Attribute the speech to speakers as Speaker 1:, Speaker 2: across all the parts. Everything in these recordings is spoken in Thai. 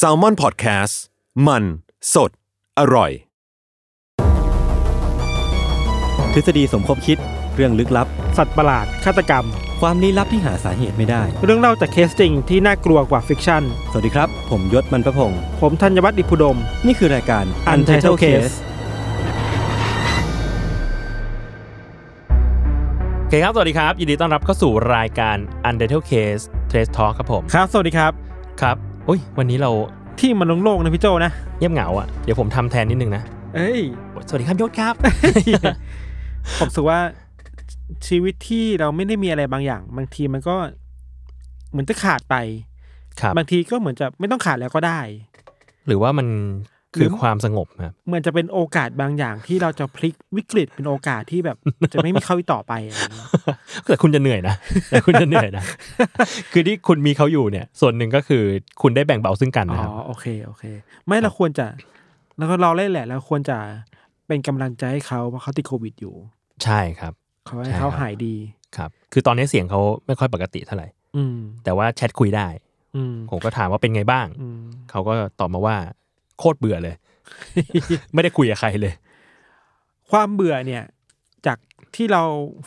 Speaker 1: s a l m o n PODCAST มัน สด อร่อย
Speaker 2: ทฤษฎีสมคบคิดเรื่องลึกลับ
Speaker 3: สัตว์ประหลาด ฆาตกรรม
Speaker 2: ความลี้ลับที่หาสาเหตุไม่ได้
Speaker 3: เรื่องเล่าจากเคสจริงที่น่ากลัวกว่าฟิกชั่น
Speaker 2: สวัสดีครับ ผมยศมันประพงศ์
Speaker 3: ผมธัญวัฒน์อิพุดม
Speaker 2: นี่คือรายการ Untitled Case
Speaker 4: โอเคครับ สวัสดีครับ ยินดีต้อนรับเข้าสู่รายการ Untitled Case Trace Talk ครับผม
Speaker 3: ครับ สวัสดีครับ
Speaker 4: ครับอุ้ย วันนี้เรา
Speaker 3: ที่มันโล่งๆนะพี่โจนะ
Speaker 4: เงียบเหงาอะ่ะ เดี๋ยวผมทำแทนนิดนึงนะ
Speaker 3: เอ้ย
Speaker 4: สวัสดีครับยศครับ
Speaker 3: ผมรู้สึกว่าชีวิตที่เราไม่ได้มีอะไรบางอย่าง บางทีมันก็เหมือนจะขาดไป
Speaker 4: ครับ
Speaker 3: บางทีก็เหมือนจะไม่ต้องขาดแล้วก็ได้
Speaker 4: หรือว่ามันคือความสงบครับ
Speaker 3: เหมือนจะเป็นโอกาสบางอย่างที่เราจะพลิกวิกฤตเป็นโอกาสที่แบบ จะไม่มีเขาอีกต่อไปอะไรอย่างเงี้ย
Speaker 4: แต่คุณจะเหนื่อยนะ แต่คุณจะเหนื่อยนะ คือที่คุณมีเขาอยู่เนี่ย ส่วนหนึ่งก็คือคุณได้แบ่งเบาซึ่งกัน
Speaker 3: อ๋
Speaker 4: นะครับ
Speaker 3: อ โอเค โอเค ไม่เราควรจะแล้วก็เราเล่นแหละเราควรจะเป็นกำลังใจให้เขาเพราะเขาติดโควิดอยู่
Speaker 4: ใช่ครับ
Speaker 3: ขอให้เขา
Speaker 4: ใช่ครับ
Speaker 3: หายดี
Speaker 4: ครับ คือตอนนี้เสียงเขาไม่ค่อยปกติเท่าไหร่
Speaker 3: อืม
Speaker 4: แต่ว่าแชทคุยได้
Speaker 3: อืม
Speaker 4: ผมก็ถามว่าเป็นไงบ้าง
Speaker 3: อืม
Speaker 4: เขาก็ตอบมาว่าโคตรเบื่อเลย ไม่ได้คุยกับใครเลย
Speaker 3: ความเบื่อเนี่ย จากที่เรา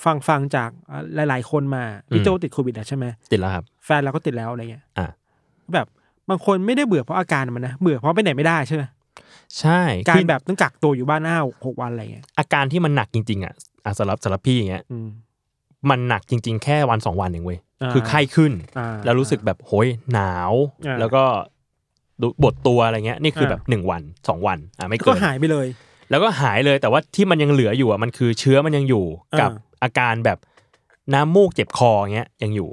Speaker 3: ฟังฟังจากเอ่อหลาย ๆ คนมาพี่โจติดโควิดแล้วใช่ไหม
Speaker 4: ติดแล้วครับ
Speaker 3: แฟนเราก็ติดแล้วอะไรเงี้ย
Speaker 4: อ่ะ
Speaker 3: แบบบางคนไม่ได้เบื่อเพราะอาการมันนะเบื่อเพราะไปไหนไม่ได้ใช่ไหม
Speaker 4: ใช่
Speaker 3: การ
Speaker 4: คือ
Speaker 3: แบบต้องกักตัวอยู่บ้านห้าหกวันอะไรเงี้ย
Speaker 4: อาการที่มันหนักจริงๆอ่ะอ่ะสำหรับสำหรับพี่อย่างเงี้ย
Speaker 3: อืม
Speaker 4: มันหนักจริง ๆ แค่วันสองวันเองเว้ย
Speaker 3: อ่า
Speaker 4: คือไข้ขึ้น
Speaker 3: อ่า
Speaker 4: แล้วรู้สึกแบบโหยหนาว
Speaker 3: อ่า
Speaker 4: แล้วก็ดูบทตัวอะไรเงี้ยนี่คืออา แบบหนึ่งวันสองวันอ่ะไม่
Speaker 3: ก็
Speaker 4: เกิน
Speaker 3: หายไปเลย
Speaker 4: แล้วก็หายเลยแต่ว่าที่มันยังเหลืออยู่อ่ะมันคือเชื้อมันยังอยู่
Speaker 3: อ่ากั
Speaker 4: กับอาการแบบน้ำมูกเจ็บคอเงี้ยยังอยู่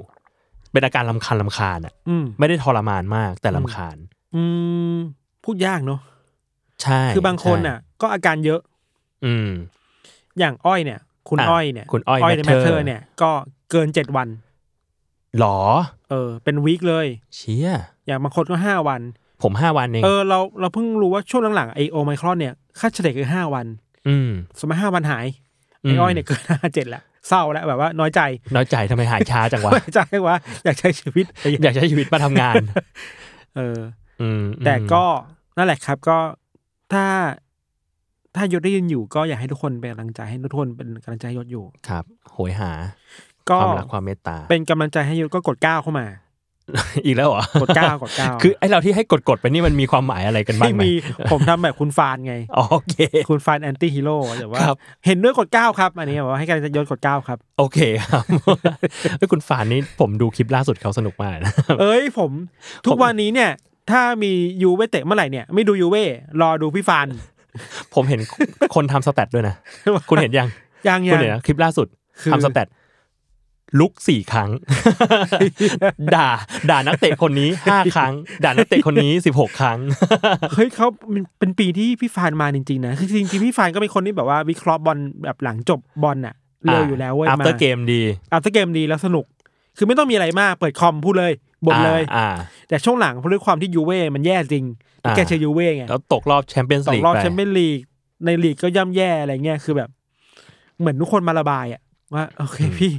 Speaker 4: เป็นอาการลำคาญลำคาญอ่ะ
Speaker 3: อืม
Speaker 4: ไม่ได้ทรมานมากแต่ลำคาญ
Speaker 3: อืม พูดยากเนาะ
Speaker 4: ใช่
Speaker 3: คือบางคนอ่ะ
Speaker 4: ใช่
Speaker 3: ก็อาการเยอะ
Speaker 4: อืม
Speaker 3: อย่างอ้อยเนี่ย คุณ
Speaker 4: อ่ะ
Speaker 3: อ้อยเนี่ย
Speaker 4: คุณอ้อย
Speaker 3: อ้อยในแมทเธอ
Speaker 4: Matter
Speaker 3: ร์เนี่ย ก็เกินเจ็ดวัน
Speaker 4: หรอ
Speaker 3: เออ เป็นวีคเลย
Speaker 4: เชี่ย
Speaker 3: อย่างบางคนก็ห้าวัน
Speaker 4: ผมห้าวันเอง
Speaker 3: เออเราเราเพิ่งรู้ว่าช่วงหลังๆไอโอไมครอนเนี่ยค่าเฉลี่ยคือห้าวัน
Speaker 4: อืม
Speaker 3: สมมติห้าวันหาย
Speaker 4: อื
Speaker 3: ไอ
Speaker 4: ม
Speaker 3: อ้อยเนี่ยเกินห้าเจ็ดละเศร้าแล้วแบบว่าน้อยใจ
Speaker 4: น้อยใจทำไมหายช้าจังวะ
Speaker 3: น้อยใจว่าอยากใช้ชีวิต
Speaker 4: อยากใช้ชีวิตมาทำงาน
Speaker 3: เออ
Speaker 4: อืม
Speaker 3: อแต่ก็นั่นแหละครับก็ถ้าถ้ายศได้ยินอยู่ก็อยากให้ทุกคนเป็นกำลังใจให้ทุกคนเป็นกำลังใจให้ยศอยู่
Speaker 4: ครับโหยหา
Speaker 3: ก็
Speaker 4: ความรักความเมตตา
Speaker 3: เป็นกำลังใจให้ยศก็กดเก้าเข้ามา
Speaker 4: อีกแล้วเหรอก
Speaker 3: ดเก้ากดเก้า
Speaker 4: คือไอเราที่ให้กดกดๆไปนี่มันมีความหมายอะไรกันบ้า
Speaker 3: ไม่
Speaker 4: งไหม
Speaker 3: มีผมทำแบบคุณฟานไง
Speaker 4: อ๋อโอเค
Speaker 3: คุณฟานแอนตี้ฮีโร่แต่ว่า
Speaker 4: ครับ
Speaker 3: เห็นด้วยกดเก้าครับ อันนี้แบบว่าให้กำลังใจยศกดเก้าครับ
Speaker 4: โอเคครับ เฮ้ยคุณฝานนี่ผมดูคลิปล่าสุดเขาสนุกมากนะ
Speaker 3: เอ้ยผมทุกวันนี้เนี่ย ถ้ามียูเว่เตะเมื่อไหร่เนี่ย ไม่ดูยูเว่รอดูพี่ฟาน
Speaker 4: ผมเห็นคนทำสแตทด้วยนะ คุณเห็น ยัง
Speaker 3: ยัง
Speaker 4: คุ
Speaker 3: ยั
Speaker 4: ณ
Speaker 3: ง
Speaker 4: เห็นนะคลิปล่าสุด
Speaker 3: คือ
Speaker 4: ทำสแตทลุกสี่ครั้ง ด่า ด่านักเตะคนนี้ห้าครั้ง ด่านักเตะคนนี้สิบหกครั้ง
Speaker 3: เฮ้ยเขาเป็นเป็นปีที่พี่ฟานมาจริงๆนะคือจริงๆพี่ฟานก็เป็นคนที่แบบว่าวิเคราะห์บอลแบบหลังจบบอลอะเร็วอยู่แล้วเว้ย
Speaker 4: อัพ
Speaker 3: มา
Speaker 4: เตอร์เกมดี
Speaker 3: อัพเตอร์เกมดีแล้วสนุก คือไม่ต้องมีอะไรมาก เปิดคอมพูดเลยบทเลย
Speaker 4: อ่า
Speaker 3: แต่ช่วงหลังเพราะด้วยความที่ยูเว่มันแย่จริง
Speaker 4: อ่า
Speaker 3: แกเชียร์ยูเว่ไง
Speaker 4: อ่าแล้วตกรอบแชมเปี้ยนส์
Speaker 3: สอ
Speaker 4: ลี
Speaker 3: ง
Speaker 4: ก
Speaker 3: รอบ
Speaker 4: ไป
Speaker 3: แชมเปี้ยนลีกในลีกก็ย่ำแย่อะไรเงี้ยคือแบบ เหมือนทุกคนมาระบายอะว่าโอเคพี่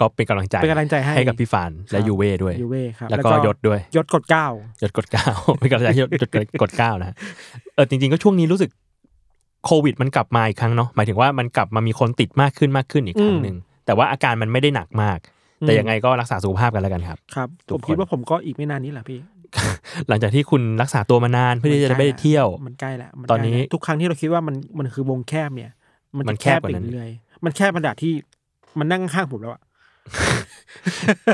Speaker 4: ก็เป็นกำลังใจ
Speaker 3: เป็นกำลังใจให้
Speaker 4: ให้กับพี่ฟานและ
Speaker 3: ครับ
Speaker 4: ยูเว่ด้วย
Speaker 3: ยูเว่ครับ
Speaker 4: แล้วก็ยศด้วย
Speaker 3: ยศกดเก้า
Speaker 4: ยศกดเก้า เป็นกำลังใจให้ยศยศกดเก้านะฮะเออจริง ๆ ก็ช่วงนี้รู้สึกโควิดมันกลับมาอีกครั้งเนาะหมายถึงว่ามันกลับมามีคนติดมากขึ้นมากขึ้นอีกครั้งหนึ่งแต่ว่าอาการมันไม่ได้หนักมาก แต่
Speaker 3: อืม
Speaker 4: ยังไงก็รักษาสุขภาพกันแล้วกันครับ
Speaker 3: ครับ
Speaker 4: ทุ
Speaker 3: ผ
Speaker 4: ก
Speaker 3: ม
Speaker 4: คน
Speaker 3: คิดว่าผมก็อีกไม่นานนี้แหละพี่
Speaker 4: หลังจากที่คุณรักษาตัวมานานเพื่อที่จะได้ไม่ได้เที่ยว
Speaker 3: มันใกล้แล้วมั
Speaker 4: ตอนนี้
Speaker 3: ใกล้แล้วทุกครั้งที่เราคิดว่ามันมันคือวงแคบเนี่ย มัน
Speaker 4: มั
Speaker 3: จะ
Speaker 4: น
Speaker 3: แค
Speaker 4: แค
Speaker 3: บบ ไป
Speaker 4: กว่านั้น
Speaker 3: เรื่อยๆมันแคบขนาดที่มันนั่งข้างผมแล้วอะ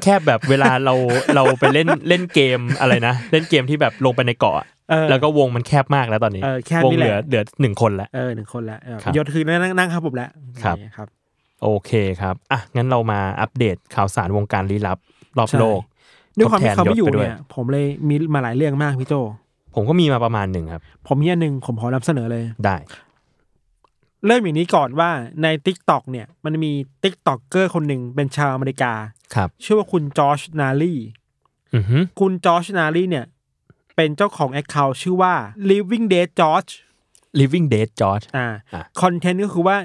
Speaker 4: แค่แบบเวลา เราเราไปเล่นเล่นเกมอะไรนะ เล่นเกมที่แบบลงไปในเกาะอะ
Speaker 3: เออ
Speaker 4: แล้วก็วงมันแคบมากแล้วตอนนี้
Speaker 3: เออแคบ
Speaker 4: วง
Speaker 3: นี่แห
Speaker 4: เห
Speaker 3: ละ
Speaker 4: ลือเหลือหนึ่งคนแล้ว
Speaker 3: เออหนึ่งคนละเออ
Speaker 4: ครับ
Speaker 3: ยศคือนั่งนั่งข้างผมแล้ว
Speaker 4: ครับ
Speaker 3: อย่างเงี้ยครับ
Speaker 4: โอเคครับอ่ะงั้นเรามาอัปเดตข่าวสารวงการลี้ลับรอบ
Speaker 3: ใช่
Speaker 4: โลก
Speaker 3: ด้วยความ
Speaker 4: ทด
Speaker 3: ที่
Speaker 4: แทน
Speaker 3: เขาไม่อยู่
Speaker 4: ศปด้ว
Speaker 3: เนี่ย ผมเลยมีมาหลายเรื่องมากพี่โจ
Speaker 4: ผมก็มีมาประมาณหนึ่งครับ
Speaker 3: ผมมีอันหนึ่งผมขอนำเสนอเลย
Speaker 4: ได้
Speaker 3: เริ่มอย่างนี้ก่อนว่าใน t ิ k t o k เนี่ยมันมี t ิ k t o k เกอร์คนหนึ่งเป็นชาวอเมริกา
Speaker 4: ครับ
Speaker 3: ชื่อว่าคุณจอชนารี
Speaker 4: อือฮึ
Speaker 3: คุณจอชนารีเนี่ย เป็นเจ้าของแอคเคาท์ชื่อว่า living day george
Speaker 4: living dead George
Speaker 3: อ่า
Speaker 4: อ่ะ
Speaker 3: คอนเทนต์ก็คือว่า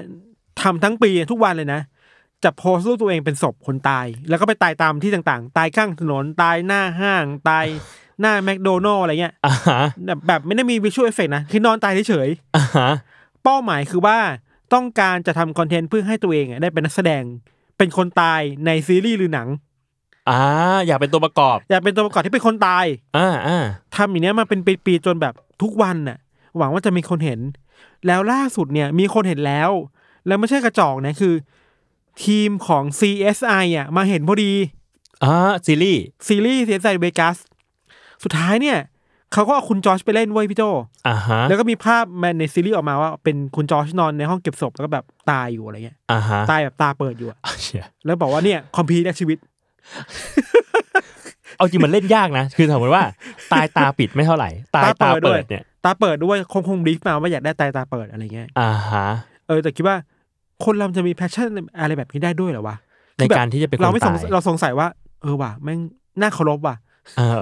Speaker 3: ทำทั้งปีทุกวันเลยนะ จะโพสต์รูปตัวเองเป็นศพคนตาย แล้วก็ไปตายตามที่ต่างๆ ตายข้างถนนตายหน้าห้าง ตายหน้าแมคโดนัลอะไรเงี้ย
Speaker 4: อ่าฮะ
Speaker 3: แบบแบบไม่ได้มีวิชวลเอฟเฟกนะ คือนอนตายเฉย
Speaker 4: อ่าฮะ
Speaker 3: ๆเป้าหมายคือว่าต้องการจะทำคอนเทนต์เพื่อให้ตัวเองอะได้เป็นนักแสดงเป็นคนตายในซีรีส์หรือหนัง
Speaker 4: อ่าอยากเป็นตัวประกอบ
Speaker 3: อยากเป็นตัวประกอบที่เป็นคนตาย
Speaker 4: อ่าอ่า
Speaker 3: ทำอย่างเนี้ยมาเป็นปีๆจนแบบทุกวันน่ะ หวังว่าจะมีคนเห็น แล้วล่าสุดเนี่ยมีคนเห็นแล้ว แล้วไม่ใช่กระจอกนะคือ ทีมของ CSI อ่ะมาเห็นพอดี
Speaker 4: อ่าซีรีส์
Speaker 3: ซีรีส์ CSI Vegas สุดท้ายเนี่ยเขาก็เอาคุณจอชไปเล่นเว้ยพี่โจ
Speaker 4: อ่าฮะ
Speaker 3: แล้วก็มีภาพมาในซีรีส์ออกมาว่าเป็นคุณจอชนอนในห้องเก็บศพแล้วก็แบบตายอยู่อะไรเงี้ย
Speaker 4: อ่าฮะ
Speaker 3: ตายแบบตาเปิดอยู่อะ
Speaker 4: อ่ะเชี่ย
Speaker 3: แล้วบอกว่าเนี่ยคอมพีในชีวิต
Speaker 4: เอาจริงมันเล่นยากนะ คือสมมติว่า ตายตาปิดไม่เท่าไหร่ ตายตา
Speaker 3: ตาเปิด
Speaker 4: เปิ
Speaker 3: ด้วย
Speaker 4: ดเนี่ย
Speaker 3: ตาเปิดด้วยคงคงบลิฟมาว่าอยากได้ตายตาเปิดอะไรเงี้ย
Speaker 4: อ่าฮะ
Speaker 3: เออแต่คิดว่าคนเราจะมีแพชชั่นอะไรแบบนี้ได้ด้วยเหรอวะ
Speaker 4: ใน
Speaker 3: คือแบบ
Speaker 4: การที่จะเป็นคน
Speaker 3: เราไม่สง
Speaker 4: ตาย
Speaker 3: เราสงสัยว่า เออว่ะแม่งน่าเคารพว่ะ
Speaker 4: เออ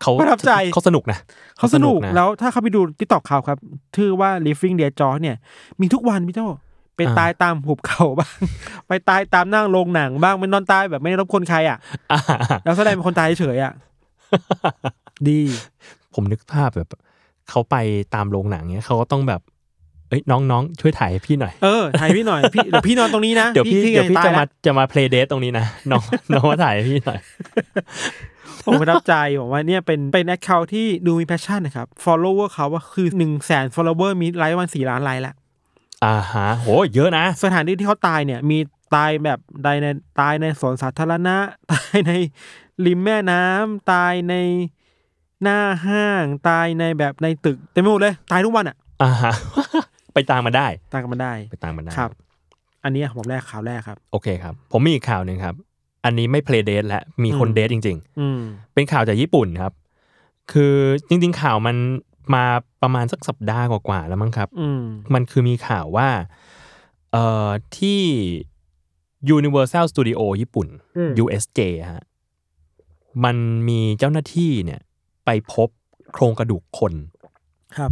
Speaker 4: เขา
Speaker 3: ประทับใจ
Speaker 4: เขาสนุกนะ
Speaker 3: เขาสนุก
Speaker 4: สนุกนะ
Speaker 3: แล้วถ้าเขาไปดูที่ตอกเขาครับชื่อว่า living d e a j o เนี่ย มีทุกวันพี่เจ้าไป
Speaker 4: อ่า
Speaker 3: ตายตามหุบเขาบ้าง ไปตายตามนั่งโรงหนังบ้างไปนอนตายแบบไม่ได้รบกวนใครอ่ะ
Speaker 4: อ่า
Speaker 3: แล้วแสดงเป็นคนตายเฉยๆอ่ะ ดี
Speaker 4: ผมนึกภาพแบบ เขาไปตามโรงหนังเนี่ยเขาก็ต้องแบบ เอ้ยน้องๆช่วยถ่ายให้พี่หน่อย
Speaker 3: เออถ่ายพี่หน่อยพี่เดี๋ยวพี่นอนตรงนี้นะ
Speaker 4: เดี๋ยวพี่
Speaker 3: ที่
Speaker 4: เดี๋ยวพี่
Speaker 3: ตา
Speaker 4: จะ
Speaker 3: แล้
Speaker 4: มาจะมาเพลย์เดทตรงนี้นะ น้อง น้องมาถ่ายให้พี่หน่อย
Speaker 3: ผมประทับใจผมว่าเนี่ยเป็นเป็นแอคเคาท์ที่ดูมีแพชชั่นนะครับ follower เขาว่าคือหนึ่งแสน follower มีไลค์วันสี่ล้านไลค์ละ
Speaker 4: อ่าฮะโหเยอะนะ
Speaker 3: สถานที่ที่เขาตายเนี่ย มีตายแบบตายในตายในสวนสาธารณะ ตายในริมแม่น้ำตายในหน้าห้าง ตายในแบบในตึกเต็มไปหมดเลย ตายทุกวันอ่ะ
Speaker 4: อ่าฮะ ไปตามมาได้
Speaker 3: ตายกันมาได้
Speaker 4: ไปตามมาได้
Speaker 3: ครับ อันนี้ผมแรกข่าวแรกครับ
Speaker 4: โอเคครับ ผมมีอีกข่าวหนึ่งครับ อันนี้ไม่เพลย์เดทแล้วมีคน
Speaker 3: อืม
Speaker 4: เดทจริง
Speaker 3: อืม
Speaker 4: ๆ เป็นข่าวจากญี่ปุ่นครับ คือจริง ๆ ข่าวมันมาประมาณสักสัปดาห์กว่าๆแล้วมั้งครับ
Speaker 3: อืม
Speaker 4: มันคือมีข่าวว่าเอ่อที่ Universal Studio ญี่ปุ่น
Speaker 3: อืม
Speaker 4: USJ ฮะมันมีเจ้าหน้าที่เนี่ยไปพบโครงกระดูกคน
Speaker 3: ครับ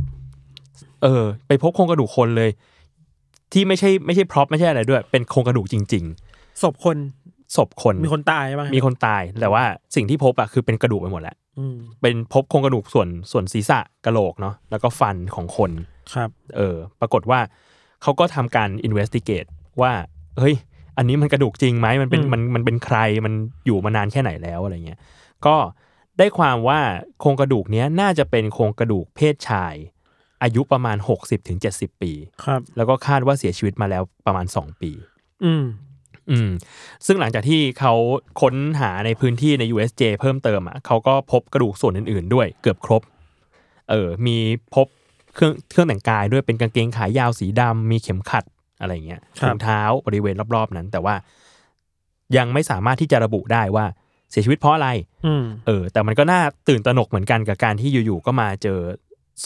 Speaker 4: เออ ไปพบโครงกระดูกคนเลย ที่ไม่ใช่ไม่ใช่พร็อพไม่ใช่อะไรด้วย เป็นโครงกระดูกจริง
Speaker 3: ศพคน
Speaker 4: ๆ ศพคน
Speaker 3: มีคนตายบ้าง
Speaker 4: มีคนตาย แต่ว่าสิ่งที่พบอะคือเป็นกระดูกไปหมดแล้ว
Speaker 3: อืม
Speaker 4: เป็นพบโครงกระดูกส่วนส่วนศีรษะกะโหลกเนาะแล้วก็ฟันของคน
Speaker 3: ครับ
Speaker 4: เออ ปรากฏว่าเขาก็ทำการ investigate ว่า เฮ้ย อันนี้มันกระดูกจริงไหมมันเป็น
Speaker 3: อืม
Speaker 4: มันมันเป็นใคร มันอยู่มานานแค่ไหนแล้วอะไรเงี้ย ก็ได้ความว่าโครงกระดูกเนี้ยน่าจะเป็นโครงกระดูกเพศชาย อายุประมาณ 60-70 ปี
Speaker 3: ครับ
Speaker 4: แล้วก็คาดว่าเสียชีวิตมาแล้วประมาณ 2 ปี
Speaker 3: อืม
Speaker 4: อืม ซึ่งหลังจากที่เขาค้นหาในพื้นที่ใน USJ เพิ่มเติมอ่ะเขาก็พบกระดูกส่วนอื่นๆ ด้วยเกือบครบ เออ มีพบเครื่องเครื่องแต่งกายด้วยเป็นกางเกงขายาวสีดำมีเข็มขัดอะไรเงี้ย
Speaker 3: ครับ
Speaker 4: ถุงเท้าบริเวณรอบๆนั้น แต่ว่ายังไม่สามารถที่จะระบุได้ว่าเสียชีวิตเพราะอะไร
Speaker 3: อืม
Speaker 4: เออ แต่มันก็น่าตื่นตระหนกเหมือนกันกับการที่อยู่ๆก็มาเจอ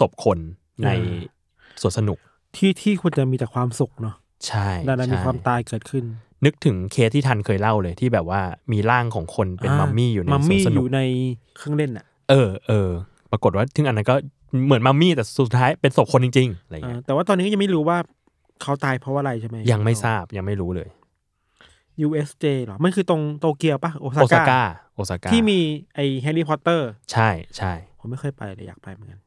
Speaker 4: ศพคนใน
Speaker 3: อ่า
Speaker 4: สวนสนุก
Speaker 3: ที่ที่ควรจะมีแต่ความสุขเนาะ
Speaker 4: ใช่
Speaker 3: ดังนั้นมี
Speaker 4: ใช่
Speaker 3: ความตายเกิดขึ้น
Speaker 4: นึกถึงเคสที่ทันเคยเล่าเลยที่แบบว่ามีร่างของคนเป็นมัมมี่อยู่ใน
Speaker 3: มัม
Speaker 4: สวน
Speaker 3: มี่
Speaker 4: ส
Speaker 3: อ
Speaker 4: นุก
Speaker 3: ยู่ในเครื่องเล่นอ่ะ
Speaker 4: เออเออปรากฏว่าถึงอันนั้นก็เหมือนมัมมี่แต่สุดท้ายเป็นศพคนจริงๆอะไรอย่าง
Speaker 3: อ่า
Speaker 4: เงี้ย
Speaker 3: แต่ว่าตอนนี้ก็ยังไม่รู้ว่าเขาตายเพราะอะไรใช่ไหม
Speaker 4: ยังไม่ทราบยังไม่รู้เลย
Speaker 3: USJ เหรอ มันคือตรงโตเกียวปะโอซา
Speaker 4: โอซา
Speaker 3: ก้า
Speaker 4: ก้าโอซาก้า
Speaker 3: ที่มีไอ้แฮร์รี่พอตเตอร์
Speaker 4: ใช่ใช่
Speaker 3: ผมไม่เคยไปเลยอยากไปเหมือนกัน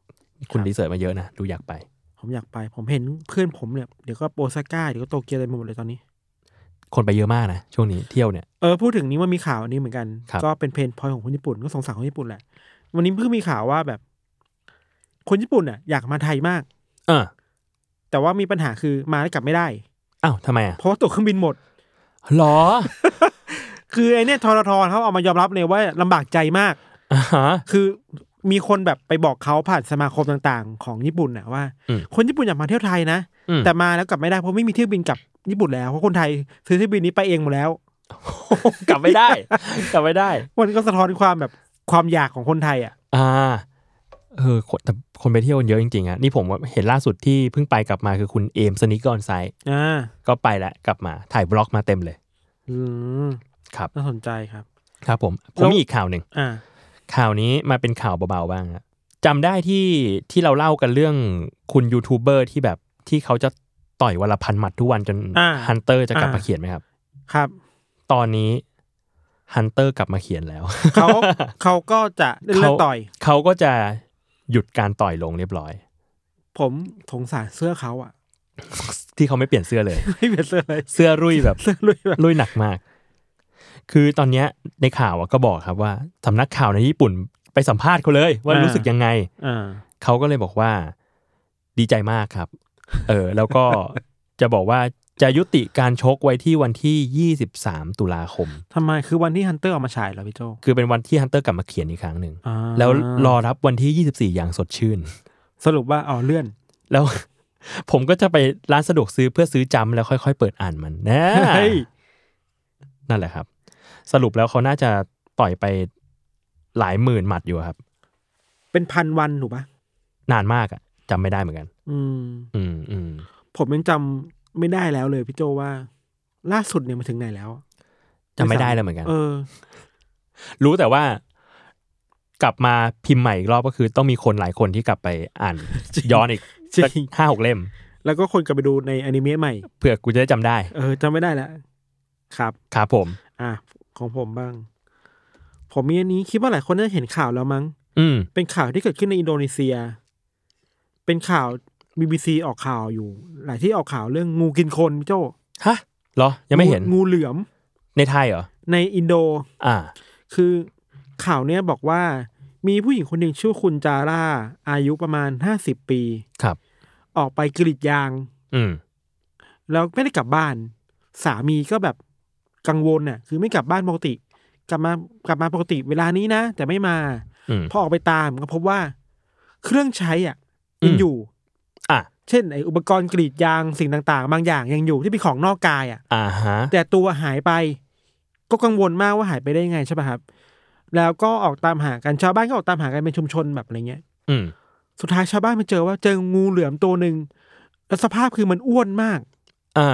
Speaker 4: คุณ
Speaker 3: ครับ
Speaker 4: รีเสิร์ชมาเยอะนะ ดูอยากไป
Speaker 3: ผมอยากไป ผมเห็นเพื่อนผมเนี่ย เดี๋ยวก็โอซาก้า เดี๋ยวก็โตเกียวเต็มไปหมดเลยตอนนี้
Speaker 4: คนไปเยอะมากนะ ช่วงนี้เที่ยวเนี่ย
Speaker 3: เออ พูดถึงนี้ว่ามีข่าวอันนี้เหมือนกัน
Speaker 4: ครับ
Speaker 3: ก็เป็นเพนพอยของคนญี่ปุ่น ก็สงสารคนญี่ปุ่นแหละ วันนี้เพิ่งมีข่าวว่าแบบ คนญี่ปุ่นอ่ะอยากมาไทยมาก
Speaker 4: เออ
Speaker 3: แต่ว่ามีปัญหาคือมาแล้วกลับไม่ได้
Speaker 4: อ้าวทำไมอ่ะ
Speaker 3: เพราะว่าตั๋วเครื่องบินหมด
Speaker 4: หรอ
Speaker 3: คือไอ้เนี่ยทรทเขาเอามายอมรับเลยว่าลำบากใจมาก
Speaker 4: อ่าฮะ
Speaker 3: คือมีคนแบบไปบอกเขาผ่านสมาคมต่างๆ ของญี่ปุ่นนะว่า
Speaker 4: อืม
Speaker 3: คนญี่ปุ่นอยากมาเที่ยวไทยนะ
Speaker 4: อืม
Speaker 3: แต่มาแล้วกลับไม่ได้เพราะไม่มีเที่ยวบินกลับญี่ปุ่นแล้วเพราะคนไทยซื้อเที่ยวบินนี้ไปเองหมดแล้ว
Speaker 4: กลับไม่ได้ กลับไม่ได้
Speaker 3: วันนี้ก็สะท้อนความแบบความอยากของคนไทยอ่ะ
Speaker 4: อ่าเออคนแต่คนไปเที่ยวกันเยอะจริงๆอะนี่ผมว่าเห็นล่าสุดที่เพิ่งไปกลับมาคือคุณเอมสนิกกอนไซต์
Speaker 3: อ่า
Speaker 4: ก็ไปแล้วกลับมาถ่ายบล็อกมาเต็มเลย
Speaker 3: อืม
Speaker 4: ครับ
Speaker 3: น่าสนใจครับ
Speaker 4: ครับผม ผมมีอีกข่าวหนึ่ง
Speaker 3: อ่า
Speaker 4: ข่าวนี้มาเป็นข่าวเบาๆบ้างอะจำได้ที่ที่เราเล่ากันเรื่องคุณยูทูบเบอร์ที่แบบที่เขาจะต่อยวันละพันหมัดทุกวันจน
Speaker 3: อ่า
Speaker 4: ฮันเตอร์จะกลับ
Speaker 3: อ่าม
Speaker 4: มาเขียนไหมครับ
Speaker 3: ครับ
Speaker 4: ตอนนี้ฮันเตอร์กลับมาเขียนแล้ว
Speaker 3: เขาเขาก็จะได้เลิกต่อย
Speaker 4: เขาก็จะหยุดการต่อยลงเรียบร้อย
Speaker 3: ผมสงสารเสื้อเขาอ่ะ
Speaker 4: ที่เขาไม่เปลี่ยนเสื้อ เลย
Speaker 3: ไม่เป็นเสื้อเลย
Speaker 4: เสื้อรุ่ยแบบ
Speaker 3: เสื้อลุยแบบ
Speaker 4: ลุยหนักมาก คือตอนเนี้ยในข่าวอะก็บอกครับว่าสำนักข่าวในญี่ปุ่นไปสัมภาษณ์เขาเลย ว่ารู้สึกยังไง
Speaker 3: อ่า
Speaker 4: เขาก็เลยบอกว่าดีใจมากครับ เออ แล้วก็ จะบอกว่าจะยุติการชกไว้ที่วันที่ 23 ตุลาคม
Speaker 3: ทำไมคือวันที่ฮันเตอร์ออกมาฉายเหรอพี่โจ
Speaker 4: คือเป็นวันที่ฮันเตอร์กลับมาเขียนอีกครั้งหนึ่ง
Speaker 3: อ่า
Speaker 4: แล้วรอรับวันที่ 24 อย่างสดชื่น
Speaker 3: สรุปว่าอ๋อเลื่อน
Speaker 4: แล้ว ผมก็จะไปร้านสะดวกซื้อเพื่อซื้อจำแล้วค่อย ๆ เปิดอ่านมัน นะ
Speaker 3: เฮ้ย
Speaker 4: นั่นแหละครับ สรุปแล้วเขาน่าจะต่อยไปหลายหมื่นหมัดอยู่ครับ
Speaker 3: เป็นพันวันถูกปะ
Speaker 4: นานมากอะจำไม่ได้เหมือนกัน
Speaker 3: อืม
Speaker 4: อืมอืม
Speaker 3: ผมยังจำไม่ได้แล้วเลยพี่โจว่า ล่าสุดเนี่ยมาถึงไหนแล้วอะ
Speaker 4: จำไม่ได้แล้วเหมือนกัน
Speaker 3: เออ
Speaker 4: รู้แต่ว่ากลับมาพิมพ์ใหม่อีกรอบก็คือต้องมีคนหลายคนที่กลับไปอ่าน ย้อนอีก
Speaker 3: จริง
Speaker 4: สักห้าหกเล่ม
Speaker 3: แล้วก็คนกลับไปดูในอนิเมะใหม่
Speaker 4: เผื่อกูจะได้จำได้
Speaker 3: เออจำไม่ได้แล้วครับ
Speaker 4: ครับผม
Speaker 3: อ่ะของผมบ้าง ผมมีอันนี้คิดว่าหลายคนน่าจะเห็นข่าวแล้วมั้ง
Speaker 4: อืม
Speaker 3: เป็นข่าวที่เกิดขึ้นในอินโดนีเซีย เป็นข่าว BBC ออกข่าวอยู่ หลายที่ออกข่าวเรื่องงูกินคนพี่โจ
Speaker 4: ฮะเหรอ ยังไม่เห็น
Speaker 3: งูเหลือม
Speaker 4: ในไทยเหรอ
Speaker 3: ในอินโด
Speaker 4: อ่า
Speaker 3: คือข่าวเนี้ยบอกว่ามีผู้หญิงคนหนึ่งชื่อคุณจาร่า อายุประมาณห้าสิบปี
Speaker 4: ครับ
Speaker 3: ออกไปกรีดยาง
Speaker 4: อืม
Speaker 3: แล้วไม่ได้กลับบ้าน สามีก็แบบกังวลน่ะ คือไม่กลับบ้านปกติ กลับมากลับมาปกติเวลานี้นะ แต่ไม่มา
Speaker 4: อืม
Speaker 3: พอออกไปตามก็พบว่า เครื่องใช้อ่ะยัง
Speaker 4: อืม
Speaker 3: อยู่
Speaker 4: อ่ะ
Speaker 3: เช่นไออุปกรณ์กรีดยางสิ่งต่างๆ บางอย่างยังอยู่ที่เป็นของนอกกายอ่ะ
Speaker 4: อ่าฮะ
Speaker 3: แต่ตัวหายไป ก็กังวลมากว่าหายไปได้ยังไงใช่ป่ะครับ แล้วก็ออกตามหากันชาวบ้านก็ออกตามหากันเป็นชุมชนแบบอะไรเงี้ย
Speaker 4: อืม
Speaker 3: สุดท้ายชาวบ้านมาเจอว่าเจองูเหลือมตัวหนึ่งแล้วสภาพคือมันอ้วนมาก
Speaker 4: อ่า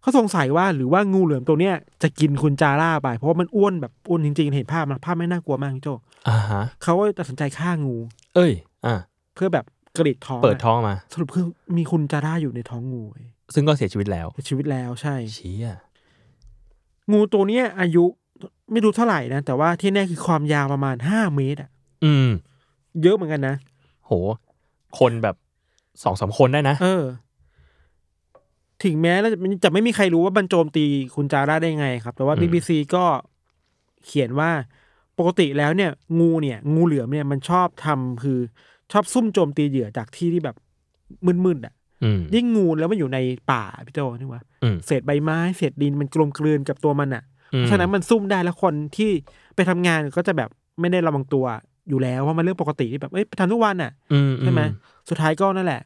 Speaker 3: เขาสงสัยว่าหรือว่างูเหลือมตัวเนี้ยจะกินคุณจาร่าไป เพราะว่ามันอ้วนแบบอ้วนจริงๆเห็นภาพมันภาพไม่น่ากลัวมากพี่โจ
Speaker 4: อ่าฮะ
Speaker 3: เขาก็ตัดสินใจฆ่างู
Speaker 4: เอ้ย อ่า
Speaker 3: เพื่อแบบกรีดท้องะ
Speaker 4: เปิดท้องมา
Speaker 3: สรุปคือมีคุณจาร่าอยู่ในท้องงูเว้ย
Speaker 4: ซึ่งก็เสียชีวิตแล้ว
Speaker 3: เสียชีวิตแล้วใช่
Speaker 4: เชี่ย
Speaker 3: งูตัวเนี้ยอายุไม่รู้เท่าไหร่นะ แต่ว่าที่แน่คือความยาวประมาณห้าเมตรอะ
Speaker 4: อืม
Speaker 3: เยอะเหมือนกันนะ
Speaker 4: โห คนแบบสองสามคนได้นะ
Speaker 3: เออ ถึงแม้แล้วจะจะไม่มีใครรู้ว่าบรรโจมตีคุณจาร่าได้ไงครับ แต่ว่า
Speaker 4: อืม
Speaker 3: BBC ก็เขียนว่าปกติแล้วเนี่ย งูเนี่ย งูเหลือมเนี่ยมันชอบทำคือชอบซุ่มโจมตีเหยื่อจากที่ที่แบบมืดๆอ่ะ
Speaker 4: อืม
Speaker 3: ยิ่งงูแล้วมันอยู่ในป่าพี่โจนี่วะ
Speaker 4: อืม
Speaker 3: เศษใบไม้เศษดินมันกลมกลืนกับตัวมันอ่ะ
Speaker 4: อืม
Speaker 3: เพราะฉะนั้นมันซุ่มได้แล้วคนที่ไปทำงานก็จะแบบไม่ได้ระวังตัวอยู่แล้วว่ามันเรื่องปกติที่แบบเอ้ยไปทำทุกวันน่ะ
Speaker 4: อือื
Speaker 3: ใช่ไหมสุดท้ายก็นั่นแหละ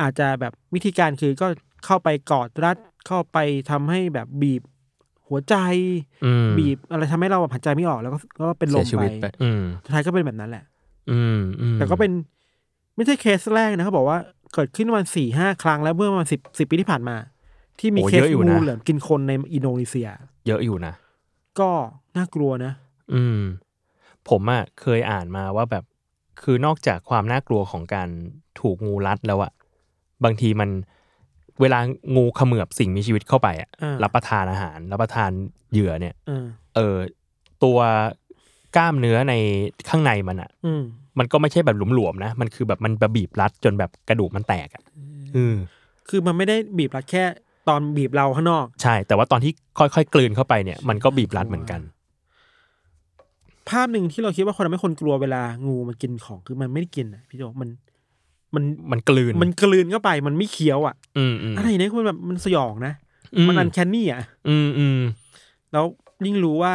Speaker 3: อาจจะแบบวิธีการคือก็เข้าไปกอดรัดเข้าไปทำให้แบบบีบหัวใจ
Speaker 4: อืม
Speaker 3: บีบอะไรทำให้เราแบบหายใจไม่ออกแล้วก็ก็เป็นล
Speaker 4: เสีย
Speaker 3: ม
Speaker 4: ชี
Speaker 3: ไป
Speaker 4: วิตไป อืม
Speaker 3: สุดท้ายก็เป็นแบบนั้นแหละ
Speaker 4: อืมอืม
Speaker 3: แต่ก็เป็นไม่ใช่เคสแรกนะเขาบอกว่าเกิดขึ้นประมาณสี่ห้าครั้งแล้วเมื่อประมาณสิบสิบปีที่ผ่านมา ที่มีเคสงูเหลือมกินคนในอินโดนีเซีย
Speaker 4: เยอะอยู่นะ
Speaker 3: ก็น่ากลัวนะ
Speaker 4: อืม ผมอะเคยอ่านมาว่าแบบ คือนอกจากความน่ากลัวของการถูกงูรัดแล้วอะบางทีมันเวลางูเขมือบสิ่งมีชีวิตเข้าไปอะ
Speaker 3: อ่ารั
Speaker 4: รับประทานอาหาร รับประทานเหยื่อเนี่ย
Speaker 3: เออ
Speaker 4: เออ ตัวกล้ามเนื้อในข้างในมันอะ
Speaker 3: อืม
Speaker 4: มันก็ไม่ใช่แบบหลวมๆนะ มันคือแบบมันบีบรัดจนแบบกระดูกมันแตกอะอืม
Speaker 3: คือมันไม่ได้บีบรัดแค่ตอนบีบเราข้างนอก
Speaker 4: ใช่ แต่ว่าตอนที่ค่อยๆ กลืนเข้าไปเนี่ย มันก็บีบรัดเหมือนกัน
Speaker 3: ภาพหนึ่งที่เราคิดว่าคนทำให้คนกลัวเวลางูมันกินของคือมันไม่ได้กินอะพี่โจมัน มัน
Speaker 4: มันกลืน
Speaker 3: มันกลืนเข้าไปมันไม่เคี้ยวอะ
Speaker 4: อืมอืม
Speaker 3: อะไรเนี่ยคือมันแบบมันสยองนะมันอันแคนนี่อะ
Speaker 4: อืมอืม
Speaker 3: แล้วยิ่งรู้ว่า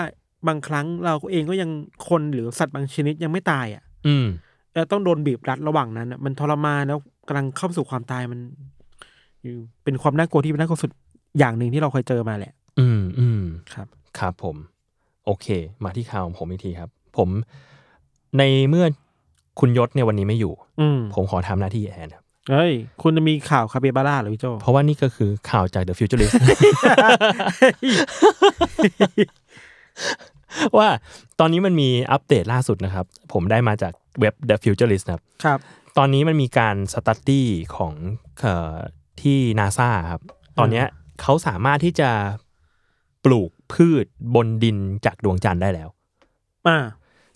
Speaker 3: บางครั้งเราเองก็ยังคนหรือสัตว์บางชนิดยังไม่ตายอะ
Speaker 4: อืม
Speaker 3: แล้วต้องโดนบีบรัดระหว่างนั้นอะมันทรมานแล้วกำลังเข้าสู่ความตายมันอยู่เป็นความน่ากลัวที่น่ากลัวสุดอย่างหนึ่งที่เราเคยเจอมาแหละ
Speaker 4: อืมอืม
Speaker 3: ครับ
Speaker 4: ครับผม โอเค มาที่ข่าวของผมอีกทีครับ ผมในเมื่อคุณยศในยวันนี้ไม่อยู่
Speaker 3: อืม
Speaker 4: ผมขอทำหน้าที่แทนครับ
Speaker 3: เฮ้ย คุณจะมีข่าวคาเบบาร่าเหรอพี่โจ
Speaker 4: เพราะว่านี่ก็คือข่าวจาก The Futurist ว่าตอนนี้มันมีอัปเดตล่าสุดนะครับ ผมได้มาจากเว็บ The Futurist นะครับ
Speaker 3: ครับ
Speaker 4: ตอนนี้มันมีการสตัตตี้ของเอ่อที่นาซาครับ ตอนเนี้ยเขาสามารถที่จะปลูกพืชบนดินจากดวงจันทร์ได้แล้ว
Speaker 3: อ่า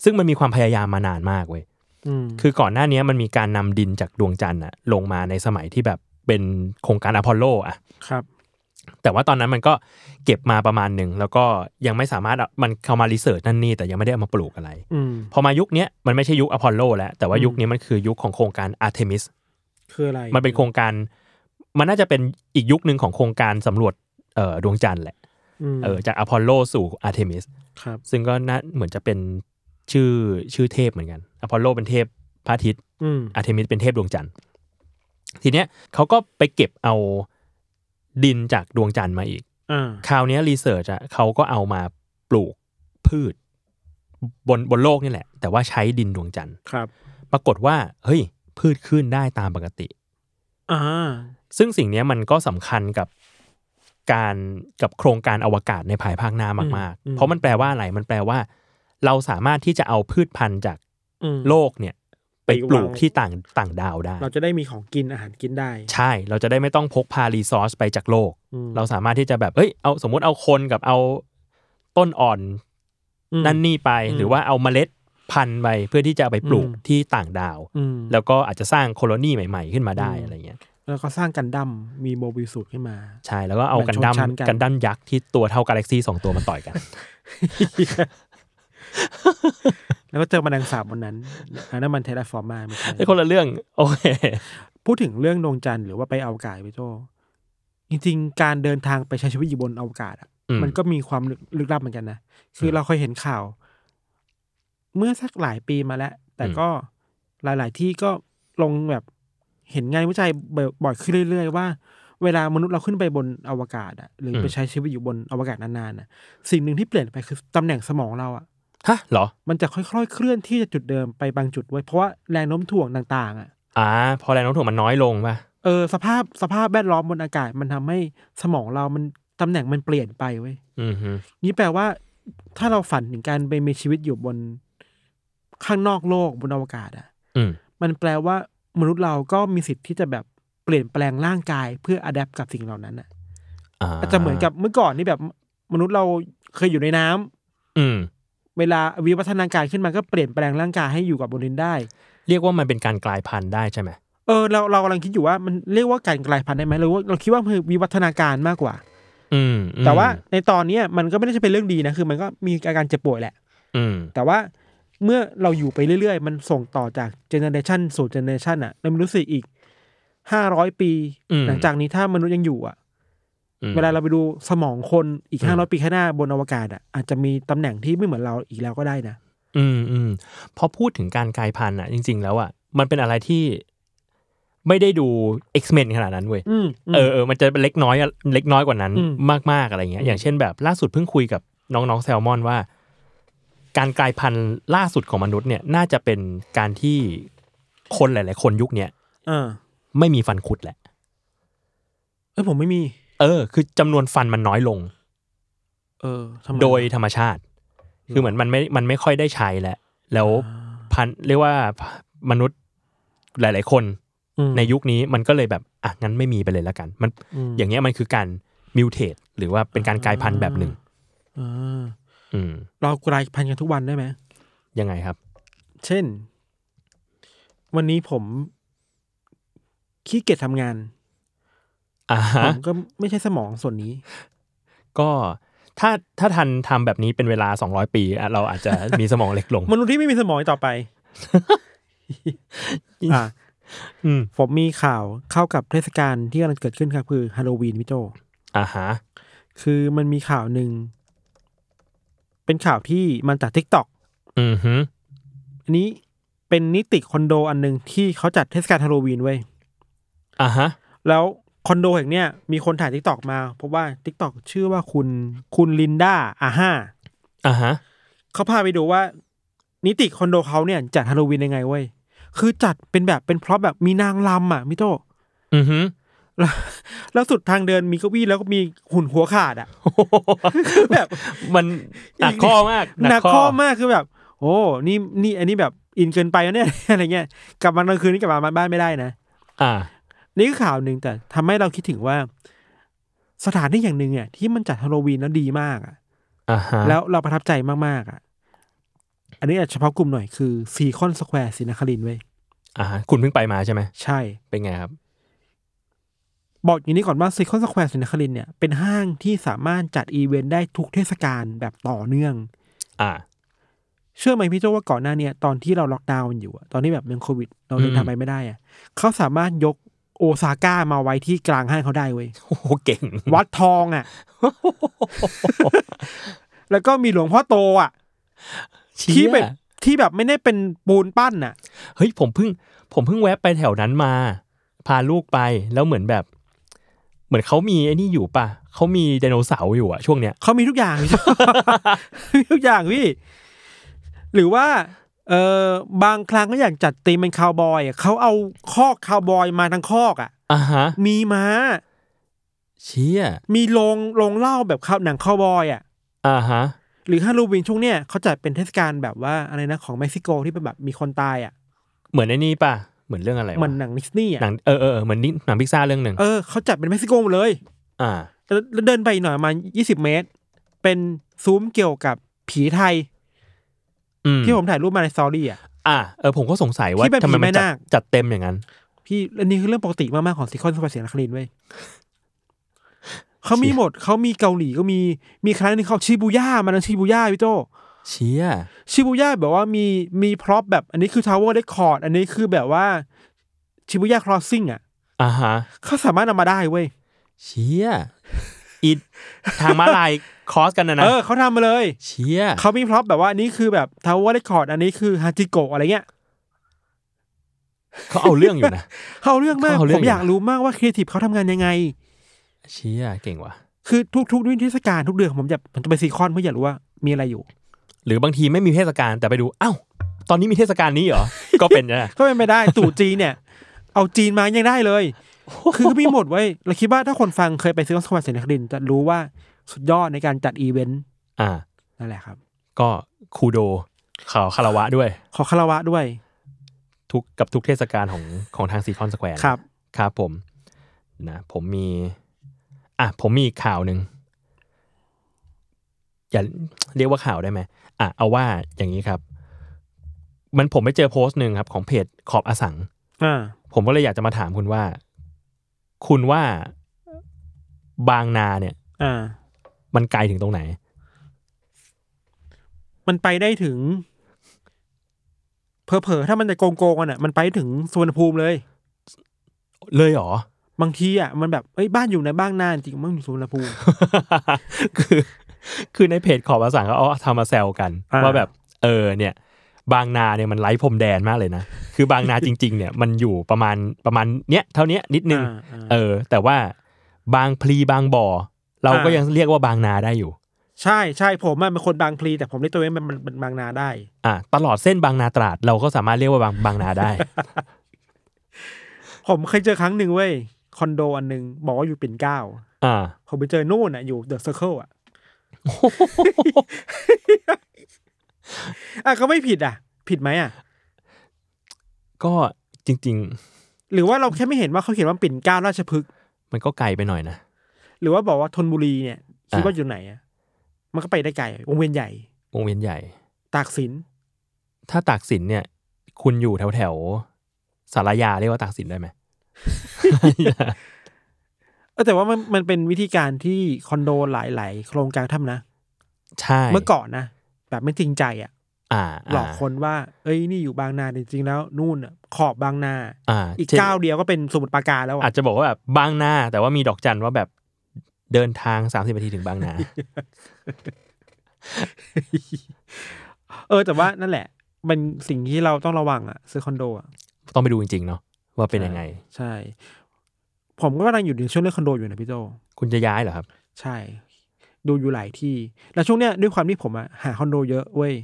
Speaker 4: ซึ่งมันมีความพยายามมานานมากเว้ย
Speaker 3: อืม
Speaker 4: คือก่อนหน้าเนี้ยมันมีการนำดินจากดวงจันทร์อะลงมาในสมัยที่แบบเป็นโครงการอพอลโลอะ
Speaker 3: ครับ
Speaker 4: แต่ว่าตอนนั้นมันก็เก็บมาประมาณหนึ่ง แล้วก็ยังไม่สามารถเอามันเข้ามารีเสิร์ชนั่นนี่แต่ยังไม่ได้เอามาปลูกอะไร
Speaker 3: อืม
Speaker 4: พอมายุคเนี้ยมันไม่ใช่ยุคอพอลโลแล้ว แต่ว่า
Speaker 3: อืม
Speaker 4: ยุคนี้มันคือยุคของโครงการอาร์เทมิส
Speaker 3: คืออะไร
Speaker 4: มันเป็นโครงการ มันน่าจะเป็นอีกยุคหนึ่งของโครงการสำรวจเอ่อดวงจันทร์แหละ
Speaker 3: ม
Speaker 4: เออจากอพอลโลสู่อาร์เทมิส
Speaker 3: ครับ
Speaker 4: ซึ่งก็น่าเหมือนจะเป็นชื่อชื่อเทพเหมือนกัน อพอลโลเป็นเทพพระอาทิตย์
Speaker 3: อืม
Speaker 4: อาร์เทมิสเป็นเทพดวงจันทร์ ทีเนี้ยเขาก็ไปเก็บเอาดินจากดวงจันทร์มาอีก
Speaker 3: อ่า
Speaker 4: คราวเนี้รีเสิร์ชอะเขาก็เอามาปลูกพืชบนบนโลกนี่แหละ แต่ว่าใช้ดินดวงจันทร์
Speaker 3: ครับ
Speaker 4: ปรากฏว่า เฮ้ย พืชขึ้นได้ตามปกติ
Speaker 3: อ่า
Speaker 4: ซึ่งสิ่งเนี้ยมันก็สำคัญกับการกับโครงการอวกาศในภายภาคหน้ามาก
Speaker 3: อืมอื
Speaker 4: ๆ
Speaker 3: ม
Speaker 4: เพราะมันแปลว่าอะไร มันแปลว่า เราสามารถที่จะเอาพืชพันธุ์จาก
Speaker 3: อืม
Speaker 4: โลกเนี่ยไป
Speaker 3: ไป
Speaker 4: ปลูก
Speaker 3: วาง
Speaker 4: ที่ต่างต่างดาวได้
Speaker 3: เราจะได้มีของกินอาหารกินได้
Speaker 4: ใช่ เราจะได้ไม่ต้องพกพารีซอสไปจากโลก
Speaker 3: อืม
Speaker 4: เราสามารถที่จะแบบ เอ้ย เอาสมมติเอาคนกับเอาต้นอ่อน
Speaker 3: อืม
Speaker 4: นั่นนี่ไป
Speaker 3: อืม
Speaker 4: หรือว่าเอาเมล็ดพันธุ์ไปเพื่อที่จะเอาไปปลูก
Speaker 3: อืม
Speaker 4: ที่ต่างดาว
Speaker 3: อืม
Speaker 4: แล้วก็อาจจะสร้างโคโลนีใหม่ๆ ขึ้นมาได้
Speaker 3: อืม
Speaker 4: อะไรเงี้ย
Speaker 3: แล้วก็สร้างกันดั้มมีโมบิลสูตรขึ้นมา
Speaker 4: ใช่ แล้วก็เอา
Speaker 3: แบ่
Speaker 4: กัน
Speaker 3: ง
Speaker 4: ดั้ม
Speaker 3: ชนชั้นกัน
Speaker 4: กันดั้มยักษ์ที่ตัวเท่ากาแล็กซี่สองตัวมาต่อยกัน
Speaker 3: แล้วก็เจอแมลงสาบบนนั้นอันนั้นมันเทเลฟอร์มาไม่ใช่
Speaker 4: ไอ้คนละเรื่อง โอเค
Speaker 3: พูดถึงเรื่องดวงจันทร์หรือว่าไปอวกาศพี่โจจริงๆ การเดินทางไปใช้ชีวิตอยู่บนอวกาศอ่ะ
Speaker 4: อืม
Speaker 3: มันก็มีความลึกลึกลับเหมือนกันนะ คือเราเคยเห็นข่าว เมื่อสักหลายปีมาแล้ว แต่
Speaker 4: อืม
Speaker 3: ก็หลาย ๆ ที่ก็ลงแบบเห็นงานวิจัยบ่อยๆขึ้นเรื่อย ๆ ว่า เวลามนุษย์เราขึ้นไปบนอวกาศอะหรือไปใช้ชีวิตอยู่บนอวกาศนานๆน่ะ สิ่งหนึ่งที่เปลี่ยนไปคือตำแหน่งสมองเราอะ
Speaker 4: ฮะเหรอ
Speaker 3: มันจะค่อย ๆ เคลื่อนที่จากจุดเดิมไปบางจุดไว้ยเพราะว่าแรงโน้มถ่วงต่างๆอะ
Speaker 4: อ่า พอแรงโน้มถ่วงมันน้อยลงป่ะ
Speaker 3: เออสภาพสภาพแวดล้อมบนอากาศ มันทำให้สมองเรามันตำแหน่งมันเปลี่ยนไปเว้ย
Speaker 4: อืมฮึ
Speaker 3: นี่แปลว่า ถ้าเราฝันถึงการไปมีชีวิตอยู่บนข้างนอกโลกบนอวกาศอ่ะ
Speaker 4: อืม
Speaker 3: มันแปลว่ามนุษย์เราก็มีสิทธิ์ที่จะแบบเปลี่ยนแปลงร่างกายเพื่ออัดแอปกับสิ่งเหล่านั้นอ่ะ
Speaker 4: อ่า
Speaker 3: อาจจะเหมือนกับเมื่อก่อนนี่แบบมนุษย์เราเคยอยู่ในน้ำ
Speaker 4: อืม
Speaker 3: เวลาวิวัฒนาการขึ้นมาก็เปลี่ยนแปลงร่างกายให้อยู่กับบนดินได้
Speaker 4: เรียกว่ามันเป็นการกลายพันธุ์ได้ใช่ไหม
Speaker 3: เออเราเรากำลังคิดอยู่ว่ามันเรียกว่าการกลายพันธุ์ได้ไหมหรือว่าเราคิดว่ามันคือวิวัฒนาการมากกว่า
Speaker 4: อืมอืม
Speaker 3: แต่ว่าในตอนเนี้ยมันก็ไม่ได้จะเป็นเรื่องดีนะคือ มันก็มีอาการเจ็บป่วยแหละ
Speaker 4: อืม
Speaker 3: แต่ว่าเมื่อเราอยู่ไปเรื่อยๆ มันส่งต่อจากเจเนอเรชันสู่เจเนอเรชันอ่ะในมนุษย์อีกห้าร้อยปี
Speaker 4: อืม
Speaker 3: หลังจากนี้ถ้ามนุษย์ยังอยู่อ่ะ
Speaker 4: อืม
Speaker 3: เวลาเราไปดูสมองคนอีก
Speaker 4: อืม
Speaker 3: ห้าร้อยปีข้างหน้าบนอวกาศอ่ะอาจจะมีตำแหน่งที่ไม่เหมือนเราอีกแล้วก็ได้นะ
Speaker 4: อืมอืมพอพูดถึงการกลายพันธุ์อ่ะ จริง ๆ แล้วอ่ะมันเป็นอะไรที่ไม่ได้ดู X-Men ขนาดนั้นเว้ย
Speaker 3: อืมม
Speaker 4: เออเออมันจะเป็นเล็กน้อยอะเล็กน้อยกว่านั้น
Speaker 3: อืม
Speaker 4: มาก ๆ อะไรเงี้
Speaker 3: อืม
Speaker 4: ยอย่างเช่นแบบล่าสุดเพิ่งคุยกับน้องๆแซลมอนว่า การกลายพันธุ์ล่าสุดของมนุษย์เนี่ย น่าจะเป็นการที่คนหลาย ๆ คนยุคเนี้ย
Speaker 3: เออ
Speaker 4: ไม่มีฟันคุดแหละ
Speaker 3: เอยผมไม่มี
Speaker 4: เออ คือจำนวนฟันมันน้อยลง
Speaker 3: เออทำไม
Speaker 4: โดยธรรมชาติ คือเหมือนมันไม่ มันไม่ค่อยได้ใช้แล้ว แล้วพันเรียกว่ามนุษย์หลาย ๆ คน
Speaker 3: อืม
Speaker 4: ในยุคนี้มันก็เลยแบบ อ่ะ งั้นไม่มีไปเลยแล้วกัน มัน
Speaker 3: ม
Speaker 4: อย่างเงี้ยมันคือการมิวเทตหรือว่าเป็นการกลายพันธุ์แบบหนึ่ง
Speaker 3: อ่า
Speaker 4: อืม
Speaker 3: เรากลายพันธุ์กันทุกวันได้ไหม
Speaker 4: ยังไงครับ
Speaker 3: เช่น วันนี้ผมขี้เกียจทำงาน
Speaker 4: อ่าฮะ
Speaker 3: ผมก็ไม่ใช่สมองส่วนนี้
Speaker 4: ก็ถ้าถ้าทันทำแบบนี้เป็นเวลา 200 ปีอ่ะเราอาจจะ มีสมองเล็กลง
Speaker 3: มนุษย์ที่ไม่มีสมองอีกต่อไป อ่ะ
Speaker 4: อืม
Speaker 3: ผมมีข่าวเข้ากับเทศกาลที่กำลังเกิดขึ้นครับคือฮาโลวีนพี่โจ
Speaker 4: อ่าฮะ
Speaker 3: คือมันมีข่าวหนึ่ง เป็นข่าวที่มันจากทิกตอก
Speaker 4: อืมฮึ
Speaker 3: อันนี้เป็นนิติคอนโดอันหนึ่งที่เขาจัดเทศกาลฮาโลวีนไว้ย
Speaker 4: อ่าฮะ
Speaker 3: แล้ว คอนโดแห่งเนี้ยมีคนถ่ายทิกตอกมาเพราะว่าทิกตอกชื่อว่าคุณคุณลินดาอาห้า
Speaker 4: อ่าฮะ
Speaker 3: เขาพาไปดูว่า นิติคอนโดเขาเนี่ยจัดฮาโลวีนยังไงเว้ยคือจัดเป็นแบบเป็นพร็อพแบบมีนางรำอ่ะมิโต
Speaker 4: อือฮึ
Speaker 3: แล้ว แล้วสุดทางเดินมีเก้าอี้แล้วก็มีหุ่นหัวขาดอ่ะ แบบ
Speaker 4: มันหนักข้อมาก
Speaker 3: หนักข้อมากคือแบบ โอ้นี่นี่อันนี้แบบอินเกินไปแล้วเนี่ย อะไร เงี้ยกลับมากลางคืนนี่กลับมาบ้านไม่ได้นะ
Speaker 4: อ่า
Speaker 3: นี่คือข่าวหนึ่งแต่ทำให้เราคิดถึงว่า สถานที่อย่างหนึ่งเนี่ยที่มันจัดฮาโลวีนแล้วดีมากอ่ะ
Speaker 4: อ่าฮะ
Speaker 3: แล้วเราประทับใจมากๆอ่ะ อันนี้อาจจะเฉพาะกลุ่มหน่อยคือซีคอนสแควร์ศรีนครินทร์เว้ย
Speaker 4: อ่าฮะคุณเพิ่งไปมาใช่ไหม
Speaker 3: ใช่
Speaker 4: เป็นไงครับ
Speaker 3: บอกอย่างนี้ก่อนว่าซีคอนสแควร์ศรีนครินทร์เนี่ยเป็นห้างที่สามารถจัดอีเวนต์ได้ทุกเทศกาลแบบต่อเนื่อง
Speaker 4: อ่า
Speaker 3: เชื่อไหมพี่โจว่าก่อนหน้าเนี่ยตอนที่เราล็อกดาวน์กันอยู่อะตอนที่แบบยังโควิด เราเดินทางไปไม่ได้อะเขาสามารถยกโอซาก้ามาไว้ที่กลางห้างเขาได้เว้ย
Speaker 4: โอ้โหเก่ง
Speaker 3: วัดทองอะ แล้วก็มีหลวงพ่อโตอะที่
Speaker 4: ที่
Speaker 3: แบ
Speaker 4: แบบ
Speaker 3: บที่แบบไม่ได้เป็นปูนปั้นอะ
Speaker 4: เฮ้ยผมเพิ่ง ผมเพิ่งแวะไปแถวนั้นมา พาลูกไปแล้วเหมือนแบบ เหมือนเขามีไอ้นี่อยู่ป่ะเขามีไดโนเสาร์อยู่อะช่วงเนี้ย
Speaker 3: เขามีทุกอย่างพี่ โจ้ มีทุกอย่างพี่ หรือว่า เออบางครั้งก็อยากจัดตีมเป็นคาวบอยอะเขาเอาคอกคาวบอยมาทั้งคอกอะ
Speaker 4: อ่าฮะ
Speaker 3: มีม้า
Speaker 4: เชี่ย
Speaker 3: มีโรงโรงเหล้าแบบคาวหนังคาวบอยอะ
Speaker 4: อ่าฮะ
Speaker 3: หรือฮาโลวีนช่วงเนี้ยเขาจัดเป็นเทศกาลแบบว่าอะไรนะของเม็กซิโกที่เป็นแบบมีคนตายอ่ะ
Speaker 4: เหมือนไอ้นี่ป่ะ เหมือนเรื่องอะไรวะ
Speaker 3: เหมือนหนังดิสนีย์อ่ะ
Speaker 4: หนังเออเออเออเหมือนนี่หนังพิซซ่าเรื่องหนึ่ง
Speaker 3: เออเขาจัดเป็นเม็กซิโกหมดเลย
Speaker 4: อ่า
Speaker 3: แล้วแล้วเดินไปอีกหน่อยประมาณยี่สิบเมตร เป็นซูมเกี่ยวกับผีไทย
Speaker 4: อืม
Speaker 3: ที่ผมถ่ายรูปมาในซอรี่อ่ะ
Speaker 4: อ่าเออผมก็สงสัยว่า
Speaker 3: ที่เป็น
Speaker 4: ทำไม
Speaker 3: ผีแม่
Speaker 4: มันจัด
Speaker 3: นาค
Speaker 4: จัดเต็มอย่างนั้น
Speaker 3: พี่อันนี้คือเรื่องปกติมากๆของซิคอนสควอเสียงนครินทร์เว้ยเขามีหมดเขามีเกาหลีก็มีมีครั้งหนึงเขาชิบูย่ามาแล้วชิบูย่าพี่โต
Speaker 4: เชี่ย
Speaker 3: ชิบูย่าแบบว่ามีมีพร็อพแบบอันนี้คือทาวเวอร์เรคคอร์ดอันนี้คือแบบว่าชิบูย่าครอสซิ่งอ่ะ
Speaker 4: อ่าฮะ
Speaker 3: เขาสามารถนำมาได้เว้ย
Speaker 4: เชี่ยอีทางมาลายคอสกันนะนะ
Speaker 3: เออเขาทำมาเลย
Speaker 4: เชี่ย
Speaker 3: เขามีพร็อพแบบว่าอันนี้คือแบบทาวเวอร์เรคคอร์ดอันนี้คือฮาจิโกะอะไรเงี้ย
Speaker 4: เขาเอาเรื่องอยู่นะ
Speaker 3: เขาเอาเรื่องมาก
Speaker 4: เขาเอาเรื่
Speaker 3: ผ
Speaker 4: อง
Speaker 3: มอยากรู้มากว่าครีเอทีฟเขาทำงานยังไง
Speaker 4: เชี่ยเก่งว่ะ
Speaker 3: คือทุกๆุกเทศกาลทุกเดือนผมจะผมจะไปซีคอนเพื่ออยากรู้ว่ามีอะไรอยู่
Speaker 4: หรือบางทีไม่มีเทศกาลแต่ไปดูอ้าวตอนนี้มีเทศกาลนี้เหรอ ก็เป็นนะ
Speaker 3: ก็เป็นไปได้ ตู่จีนเนี่ย เอาจีนมายังได้เลย คือก็มีหมดเว้ยเราคิดว่าถ้าคนฟังเคยไปซื้อของสวัสดิ์เสนคดินจะรู้ว่าสุดยอดในการจัดอีเวนต์
Speaker 4: อ่า
Speaker 3: นั่นแหละครับ
Speaker 4: ก็คูโดข่าวคารวะด้วย
Speaker 3: ขอคารวะด้วย
Speaker 4: ทุกกับทุกเทศกาลของของทางซีคอนสแควร์
Speaker 3: ครับ
Speaker 4: ครับผมนะผมมี อ่ะผมมีอีกข่าวหนึ่งอย่าเรียกว่าข่าวได้ไหมอ่ะเอาว่าอย่างนี้ครับ มันผมไปเจอโพสต์หนึ่งครับ ของเพจขอบอสัง
Speaker 3: อ่า
Speaker 4: ผมก็เลยอยากจะมาถามคุณว่า คุณว่าบางนาเนี่ย
Speaker 3: อ่า
Speaker 4: มันไกลถึงตรงไหน
Speaker 3: มันไปได้ถึงเผลอๆถ้ามันจะโกงโกงๆกันอ่ะ มันไปถึงสุวรรณภูมิเลย
Speaker 4: เลยเหรอ
Speaker 3: บางทีอ่ะมันแบบเอ้ยบ้านอยู่ในบ้างนานจริงมันอยู่สุวรรณภูมิ
Speaker 4: คือ คือในเพจของภาษาเขาเอาทำมาแซวกัน
Speaker 3: อ่า
Speaker 4: ว่าแบบ เออ เนี่ย บางนาเนี่ยมันไร้พรมแดนมากเลยนะ คือบางนาจริง ๆ เนี่ยมัน อยู่ประมาณประมาณเนี้ยเท่าเนี้ยนิดนึง
Speaker 3: อ่าอ่า
Speaker 4: เออ แต่ว่าบางพลีบางบ่อ เราก็
Speaker 3: อ่ายั
Speaker 4: ยังเรียกว่าบางนาได้อยู่
Speaker 3: ใช่ใช่ผมอะเป็นคนบางพลีแต่ผมเรียกตัวเองมันเป็นบางนาได้
Speaker 4: อ่ะตลอดเส้นบางนาตราดเราก็สามารถเรียกว่าบางบางนา ได้
Speaker 3: ผมเคยเจอครั้งหนึ่งเว้ยคอนโดอันหนึ่งบอกว่าอยู่ปิ่นเกล้า
Speaker 4: อ่า
Speaker 3: ผมไปเจอนู่นอ่ะอยู่เดอะเซอร์เคิลอ่ะ อ่ะก็ไม่ผิดอ่ะ ผิดไหมอ่ะ
Speaker 4: ก็จริง ๆ
Speaker 3: หรือว่าเราแค่ไม่เห็นว่าเขาเขียนว่าปิ่นเกล้าราชพฤกษ์
Speaker 4: มันก็ไกลไปหน่อยนะ
Speaker 3: หรือว่าบอกว่าธนบุรีเนี่ยคิดว่า
Speaker 4: อ่า
Speaker 3: อยู่ไหนอ่ะมันก็ไปได้ไกลวงเวียนใหญ่
Speaker 4: วงเวียนใหญ่
Speaker 3: ตากสิน
Speaker 4: ถ้าตากสินเนี่ย คุณอยู่แถวแถวๆสารยาเรียกว่าตากสินได้ ไหม
Speaker 3: เออแต่ว่ามันมันเป็นวิธีการที่คอนโดหลายๆ โครงการทำนะ
Speaker 4: ใช่
Speaker 3: เมื่อก่อนนะ แบบไม่จริงใจอ่ะ
Speaker 4: อ่าา
Speaker 3: หลอกคนว่า เอ้ยนี่อยู่บางนาแต่จริงๆแล้ว นู่นน่ะขอบบางนา
Speaker 4: อ่า
Speaker 3: อีก
Speaker 4: ช่น
Speaker 3: เก้าวเดียวก็เป็นสมุทรปราการแล้ว
Speaker 4: อา
Speaker 3: อ่ะ
Speaker 4: จจะบอกว่าแบบบางนา แต่ว่ามีดอกจันว่าแบบเดินทางสามสิบนาทีถึงบางนา
Speaker 3: เออแต่ว่านั่นแหละ มันสิ่งที่เราต้องระวังอ่ะซื้อคอนโดอ่ะ
Speaker 4: ต้องไปดูจริง ๆ เนาะว่าเป็นยังไง
Speaker 3: ใช่ ผมก็กำลังอยู่ในช่วงเรื่องคอนโดอยู่นะพี่โจ
Speaker 4: คุณจะย้ายเหรอครับ
Speaker 3: ใช่ ดูอยู่หลายที่ แล้วช่วงเนี้ยด้วยความที่ผมอะหาคอนโดเยอะเว้ย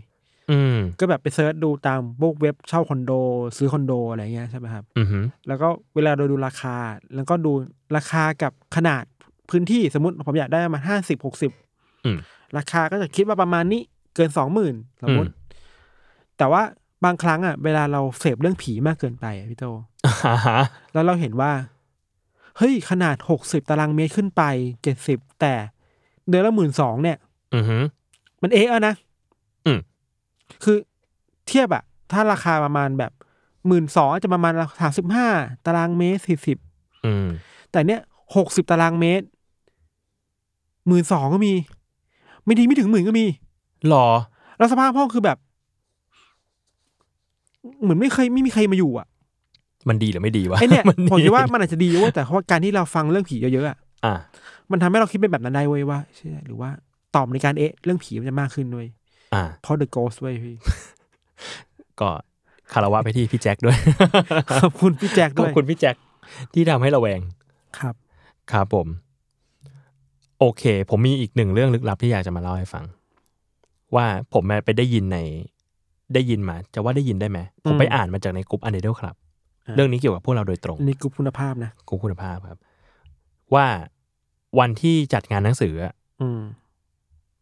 Speaker 4: อืม
Speaker 3: ก็แบบไปเซิร์ชดูตามพวกเว็บเช่าคอนโด ซื้อคอนโดอะไรเงี้ยใช่ไหมครับ
Speaker 4: อือฮึ
Speaker 3: แล้วก็เวลาเราดูราคา แล้วก็ดูราคากับขนาดพื้นที่สมมติผมอยากได้ประมาณห้าสิบหกสิบ
Speaker 4: อืม
Speaker 3: ราคาก็จะคิดว่าประมาณนี้เกินสองหมื่นสมมติ
Speaker 4: อืม
Speaker 3: แต่ว่าบางครั้งอะเวลาเราเสพเรื่องผีมากเกินไปอะพี่โต
Speaker 4: อ่าฮะ
Speaker 3: แล้วเราเห็นว่า เฮ้ย ขนาดหกสิบตารางเมตรขึ้นไปเจ็ดสิบแต่เดือนละหมื่นสองเนี่ย
Speaker 4: อือฮึ
Speaker 3: มันเอ๊ะอะนะ
Speaker 4: อืม
Speaker 3: คือเทียบอะถ้าราคาประมาณแบบหมื่นสองจะประมาณสามสิบห้าตารางเมตรสี่สิบ
Speaker 4: อืม
Speaker 3: แต่เนี้ยหกสิบตารางเมตรหมื่นสองก็มี ไม่ดีไม่ถึงหมื่นก็มี
Speaker 4: หรอ
Speaker 3: แล้วสภาพห้องคือแบบ เหมือนไม่เคยไม่มีใครมาอยู่ อะ
Speaker 4: มันดีหรือไม่ดีวะ
Speaker 3: ไอเนี่ย
Speaker 4: มั
Speaker 3: ผมคิดว่ามันอาจจะดีเว้ยแต่เพราะว่าการที่เราฟังเรื่องผีเยอะๆอะ
Speaker 4: อ่ะ
Speaker 3: มันทำให้เราคิดเป็นแบบนั้นได้เว้ยว่าเชื่อหรือว่าตอบในการเอ๊ะ เรื่องผีมันจะมากขึ้นเว้ย
Speaker 4: อ่ะ
Speaker 3: เพราะ The Ghost เว้ยพี่
Speaker 4: ก็คารวะไปที่พี่แจ็ค ด้วย
Speaker 3: ขอบคุณพี่แจ็ค
Speaker 4: ข
Speaker 3: ด้
Speaker 4: อ
Speaker 3: ว
Speaker 4: บ
Speaker 3: ย
Speaker 4: คุณพี่แจ็คที่ทำให้ระแวง
Speaker 3: ครับ
Speaker 4: ครับผม โอเค ผมมีอีกหนึ่งเรื่องลึกลับที่อยากจะมาเล่าให้ฟัง ว่าผมไปได้ยินใน ได้ยินมา จะว่าได้ยินได้ไหมผมไป
Speaker 3: อืม
Speaker 4: อ่านมาจากในกลุ่มอันเดอร์ครับ
Speaker 3: อ่า
Speaker 4: เรื่องนี้เกี่ยวกับพวกเราโดยตรง
Speaker 3: อันนี้กรุ๊ปคุณภาพนะ
Speaker 4: กลุ่มคุณภาพครับ ว่าวันที่จัดงานหนังสืออะ
Speaker 3: อืม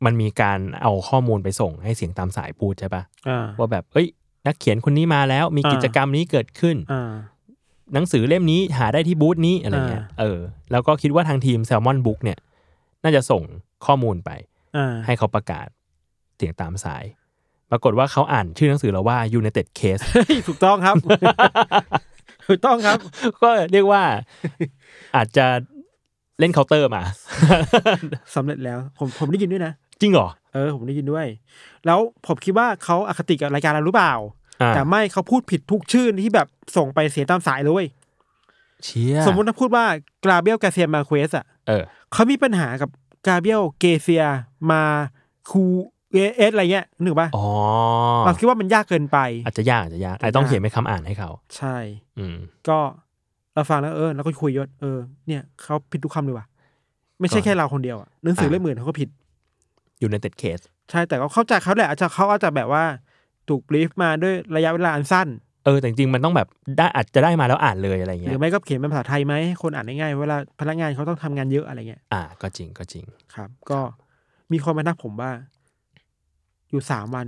Speaker 4: มันมีการเอาข้อมูลไปส่งให้เสียงตามสายพูดใช่ปะ
Speaker 3: อ่า
Speaker 4: ว่าแบบ เอ้ย นักเขียนคนนี้มาแล้ว มี
Speaker 3: อ่า
Speaker 4: กิจกรรมนี้เกิดขึ้น
Speaker 3: อ่า
Speaker 4: หนังสือเล่มนี้หาได้ที่บูธนี้อะไรเงี้ย เออ แล้วก็คิดว่าทางทีมแซลมอนบุ๊กเนี่ย น่าจะส่งข้อมูลไป
Speaker 3: อ่า
Speaker 4: ให้เขาประกาศเสียงตามสาย ปรากฏว่าเขาอ่านชื่อหนังสือแล้วว่า United Case
Speaker 3: เฮ้ย ถูกต้องครับ ถูกต้องครับ
Speaker 4: ก็เรียกว่า อาจจะเล่นเคาน์เตอร์มา
Speaker 3: สำเร็จแล้ว ผมผมได้ยินด้วยนะ
Speaker 4: จริงเหรอ
Speaker 3: เออ ผมได้ยินด้วย แล้วผมคิดว่าเขาอคติกับรายการเราหรือเปล่า
Speaker 4: อ่า
Speaker 3: แต่ไม่เขาพูดผิดทุกชื่อที่แบบส่งไปเสียตามสายเลยเว้ย
Speaker 4: เชีย
Speaker 3: สมมติถ้าพูดว่ากราเบลกาเซียมาเควสอะ
Speaker 4: เออ
Speaker 3: เขามีปัญหากับกาเบียลเกเซียมาคูเอเอสอะไรเงี้ยนึกป่ะ
Speaker 4: อ๋อ
Speaker 3: เราคิดว่ามันยากเกินไป
Speaker 4: อาจจะยากอาจจะยากอาจต้องเขียนเป็นคำอ่านให้เขา
Speaker 3: ใช่
Speaker 4: อืม
Speaker 3: ก็เราฟังแล้วเออเราก็คุยยศเออเนี่ยเขาผิดทุกคำเลยว่ะ ไม่ใช่แค่เราคนเดียวอะหนังสือ
Speaker 4: อ่า
Speaker 3: เล่มอื่นเขาก็ผิด
Speaker 4: United Case
Speaker 3: ใช่แต่ก็เข้าใจเขาแหละอาจจะเขาอาจจะแบบว่าถูกบรีฟมาด้วยระยะเวลาอันสั้น
Speaker 4: เออแต่จริงๆมันต้องแบบได้อาจจะได้มาแล้วอ่านเลยอะไร
Speaker 3: ห
Speaker 4: เงี้
Speaker 3: รื
Speaker 4: ย
Speaker 3: อไม่ก็เขียนเป็นภาษาไทยไหมให้คนอ่านได้ง่ายเวลาพนักงานเขาต้องทำงานเยอะอะไรเงี้ย
Speaker 4: อ่า ก็จริงก็จริง
Speaker 3: ครับ ก็มีคนมาทักผมว่า อยู่สามวัน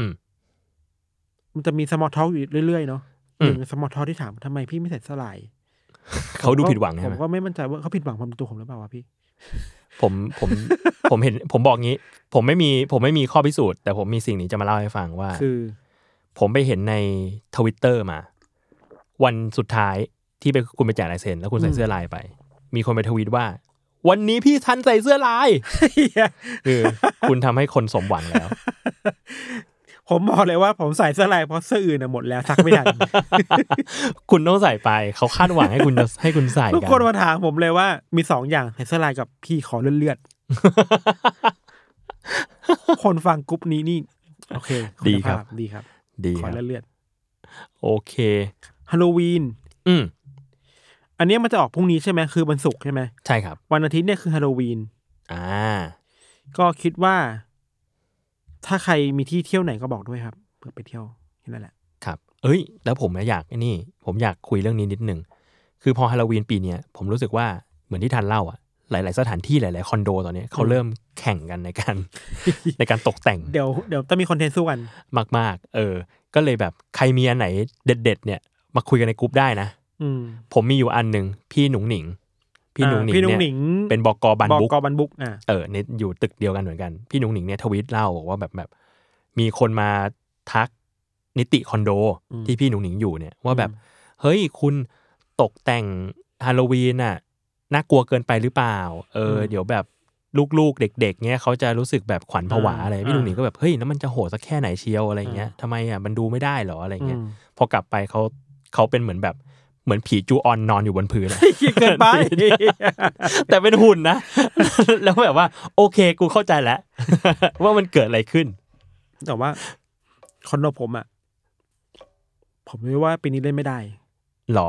Speaker 4: อืม
Speaker 3: มันจะมีสมอลท็อกอยู่เรื่อยๆเนาะ
Speaker 4: อื
Speaker 3: ห
Speaker 4: ม
Speaker 3: นึ่งสมอลท็อกที่ถามทำไมพี่ไม่ใส่สลาย
Speaker 4: เขาดูผิดหวังใช่
Speaker 3: ผ
Speaker 4: ไหม
Speaker 3: มก็ไม่มั่นใจว่าเขาผิดหวังความเป็นตัวผมหรือเปล่าวะพี่
Speaker 4: ผมผม ผมเห็นผมบอกงี้ ผมไม่มีผมไม่มีข้อพิสูจน์แต่ผมมีสิ่งนี้จะมาเล่าให้ฟังว่า
Speaker 3: คือ
Speaker 4: ผมไปเห็นในทวิตเตอร์มา วันสุดท้ายที่ไปคุณไปแจกลายเซ็นแล้วคุณใส่เสื้อลายไป มีคนไปทวีตว่า วันนี้พี่ทันใส่เสื้อลาย คือ คุณทำให้คนสมหวังแล้ว
Speaker 3: ผมบอกเลยว่าผมใส่สลายเพราะเสื้ออื่นน่ะหมดแล้วซักไม่ทัน
Speaker 4: คุณต้องใส่ไป เขาคาดหวังให้คุณจะให้คุณใส่
Speaker 3: ทุก
Speaker 4: กั
Speaker 3: คนมาถามผมเลยว่า มีสองอย่างใส่สลายกับพี่ขอเลือดเลือดๆ คนฟังกรุ๊ปนี้นี่ โอเค
Speaker 4: ดี
Speaker 3: ณ
Speaker 4: ครั
Speaker 3: ภา
Speaker 4: บ
Speaker 3: พดีครับ
Speaker 4: ดี
Speaker 3: ข
Speaker 4: ค
Speaker 3: อ
Speaker 4: รับ
Speaker 3: เลือดเลือด
Speaker 4: โอเค
Speaker 3: ฮาโลวีน
Speaker 4: อืม
Speaker 3: อันเนี้ยมันจะออกพรุ่งนี้ใช่ไหมคือวันศุกร์ใช่ไหม
Speaker 4: ใช่ครับ
Speaker 3: วันอาทิตย์เนี่ยคือฮาโลวีน
Speaker 4: อ่า
Speaker 3: ก็คิดว่า ถ้าใครมีที่เที่ยวไหนก็บอกด้วยครับเพื่อไปเที่ยวแค่นั่นแหละ
Speaker 4: ครับ เอ้ย แล้วผมอยากไอ้นี่ ผมอยากคุยเรื่องนี้นิดนึง คือพอฮาโลวีนปีเนี้ยผมรู้สึกว่าเหมือนที่ทันเล่าอะหลาย ๆ สถานที่หลาย ๆ คอนโดตอนเนี้ยเขาเริ่มแข่งกันในการ ในการตกแต่ง
Speaker 3: เดี๋ยวเดี๋ยวต้องมีคอนเทนต์สู้กัน
Speaker 4: มาก ๆ เออ ก็เลยแบบใครมีอันไหนเด็ด ๆ เนี่ย มาคุยกันในกลุ่มได้นะ
Speaker 3: อืม
Speaker 4: ผมมีอยู่อันหนึ่งพี่หนุ่งหนิง พี่หนุ่งหนิง
Speaker 3: อ่าพี่หนุ่งหนิ
Speaker 4: เนี่ย
Speaker 3: ง
Speaker 4: เป็นบกบันบุก
Speaker 3: กบันบุกอ่ะ
Speaker 4: เออเนี่ยอยู่ตึกเดียวกันเหมือนกัน พี่หนุ่งหนิงเนี่ยทวีตเล่าบอกว่าแบบแบบ มีคนมาทักนิติคอนโด
Speaker 3: อืม
Speaker 4: ที่พี่หนุ่งหนิงอยู่เนี่ยว่าแบบ
Speaker 3: อืม
Speaker 4: เฮ้ยคุณตกแต่งฮาโลวีนน่ะน่ากลัวเกินไปหรือเปล่า เอออเดี๋ยวแบบลูกๆ เด็ก ๆเนี่ยเขาจะรู้สึกแบบขวัญผวาอะไรพี่หนุ่งหนิงก็แบบเฮ้ยแล้วมันจะโหดสักแค่ไหนเชียวอะไรเงี้ยทำไมอ่ะมันดูไม่ได้เหรออะไรเงี้ย
Speaker 3: อืม
Speaker 4: พอกลับไปเขาเขาเป็นเหมือนแบบเหมือนผีจูออนนอนอยู่บนพื้นอะ
Speaker 3: เกิน ไป
Speaker 4: แต่เป็นหุ่นนะ แล้วแบบว่า โอเคกูเข้าใจแล้ว ว่ามันเกิดอะไรขึ้น
Speaker 3: แต่ว่าคอนโดผมอ่ะ ผมรู้ว่าปีนี้เล่นไม่ได้
Speaker 4: หรอ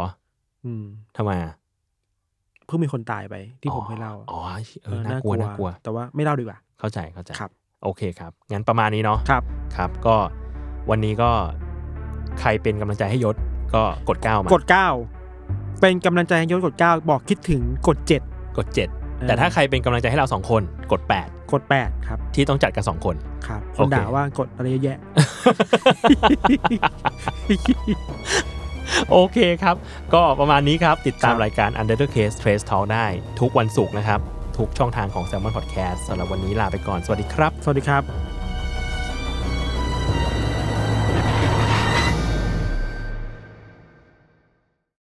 Speaker 3: อืม
Speaker 4: ทำไมอะ
Speaker 3: เพิ่งมีคนตายไปที่ผมเคยเล่า
Speaker 4: อ๋อเออน่ากลัวน่ากลัว
Speaker 3: แต่ว่าไม่เล่าดีกว่า
Speaker 4: เข้าใจเข้าใจ
Speaker 3: ครับ
Speaker 4: โอเคครับ งั้นประมาณนี้เนาะ
Speaker 3: ครับ
Speaker 4: ครับ ก็วันนี้ก็ใครเป็นกำลังใจให้ยศก็กดเก้ามาก
Speaker 3: ดเก้าเป็นกำลังใจให้ยศกดเก้าบอกคิดถึงกดเจ็ด
Speaker 4: กดเจ็ด
Speaker 3: เออ
Speaker 4: แต่ถ้าใครเป็นกำลังใจให้เราสองคนกดแปด
Speaker 3: กดแปดครับ
Speaker 4: ที่ต้องจัดกันสองคน
Speaker 3: ครับค
Speaker 4: โอน เค
Speaker 3: ด่าว่ากดอะไรเยอะแยะ
Speaker 4: โอเคครับ ก็ประมาณนี้ครับ ติดตาม
Speaker 3: ครับ
Speaker 4: รายการ Under the Case Trace Talk ได้ทุกวันศุกร์นะครับ ทุกช่องทางของ Salmon Podcast สำหรับวันนี้ลาไปก่อน สวัสดีครับ
Speaker 3: สวัสดีครับ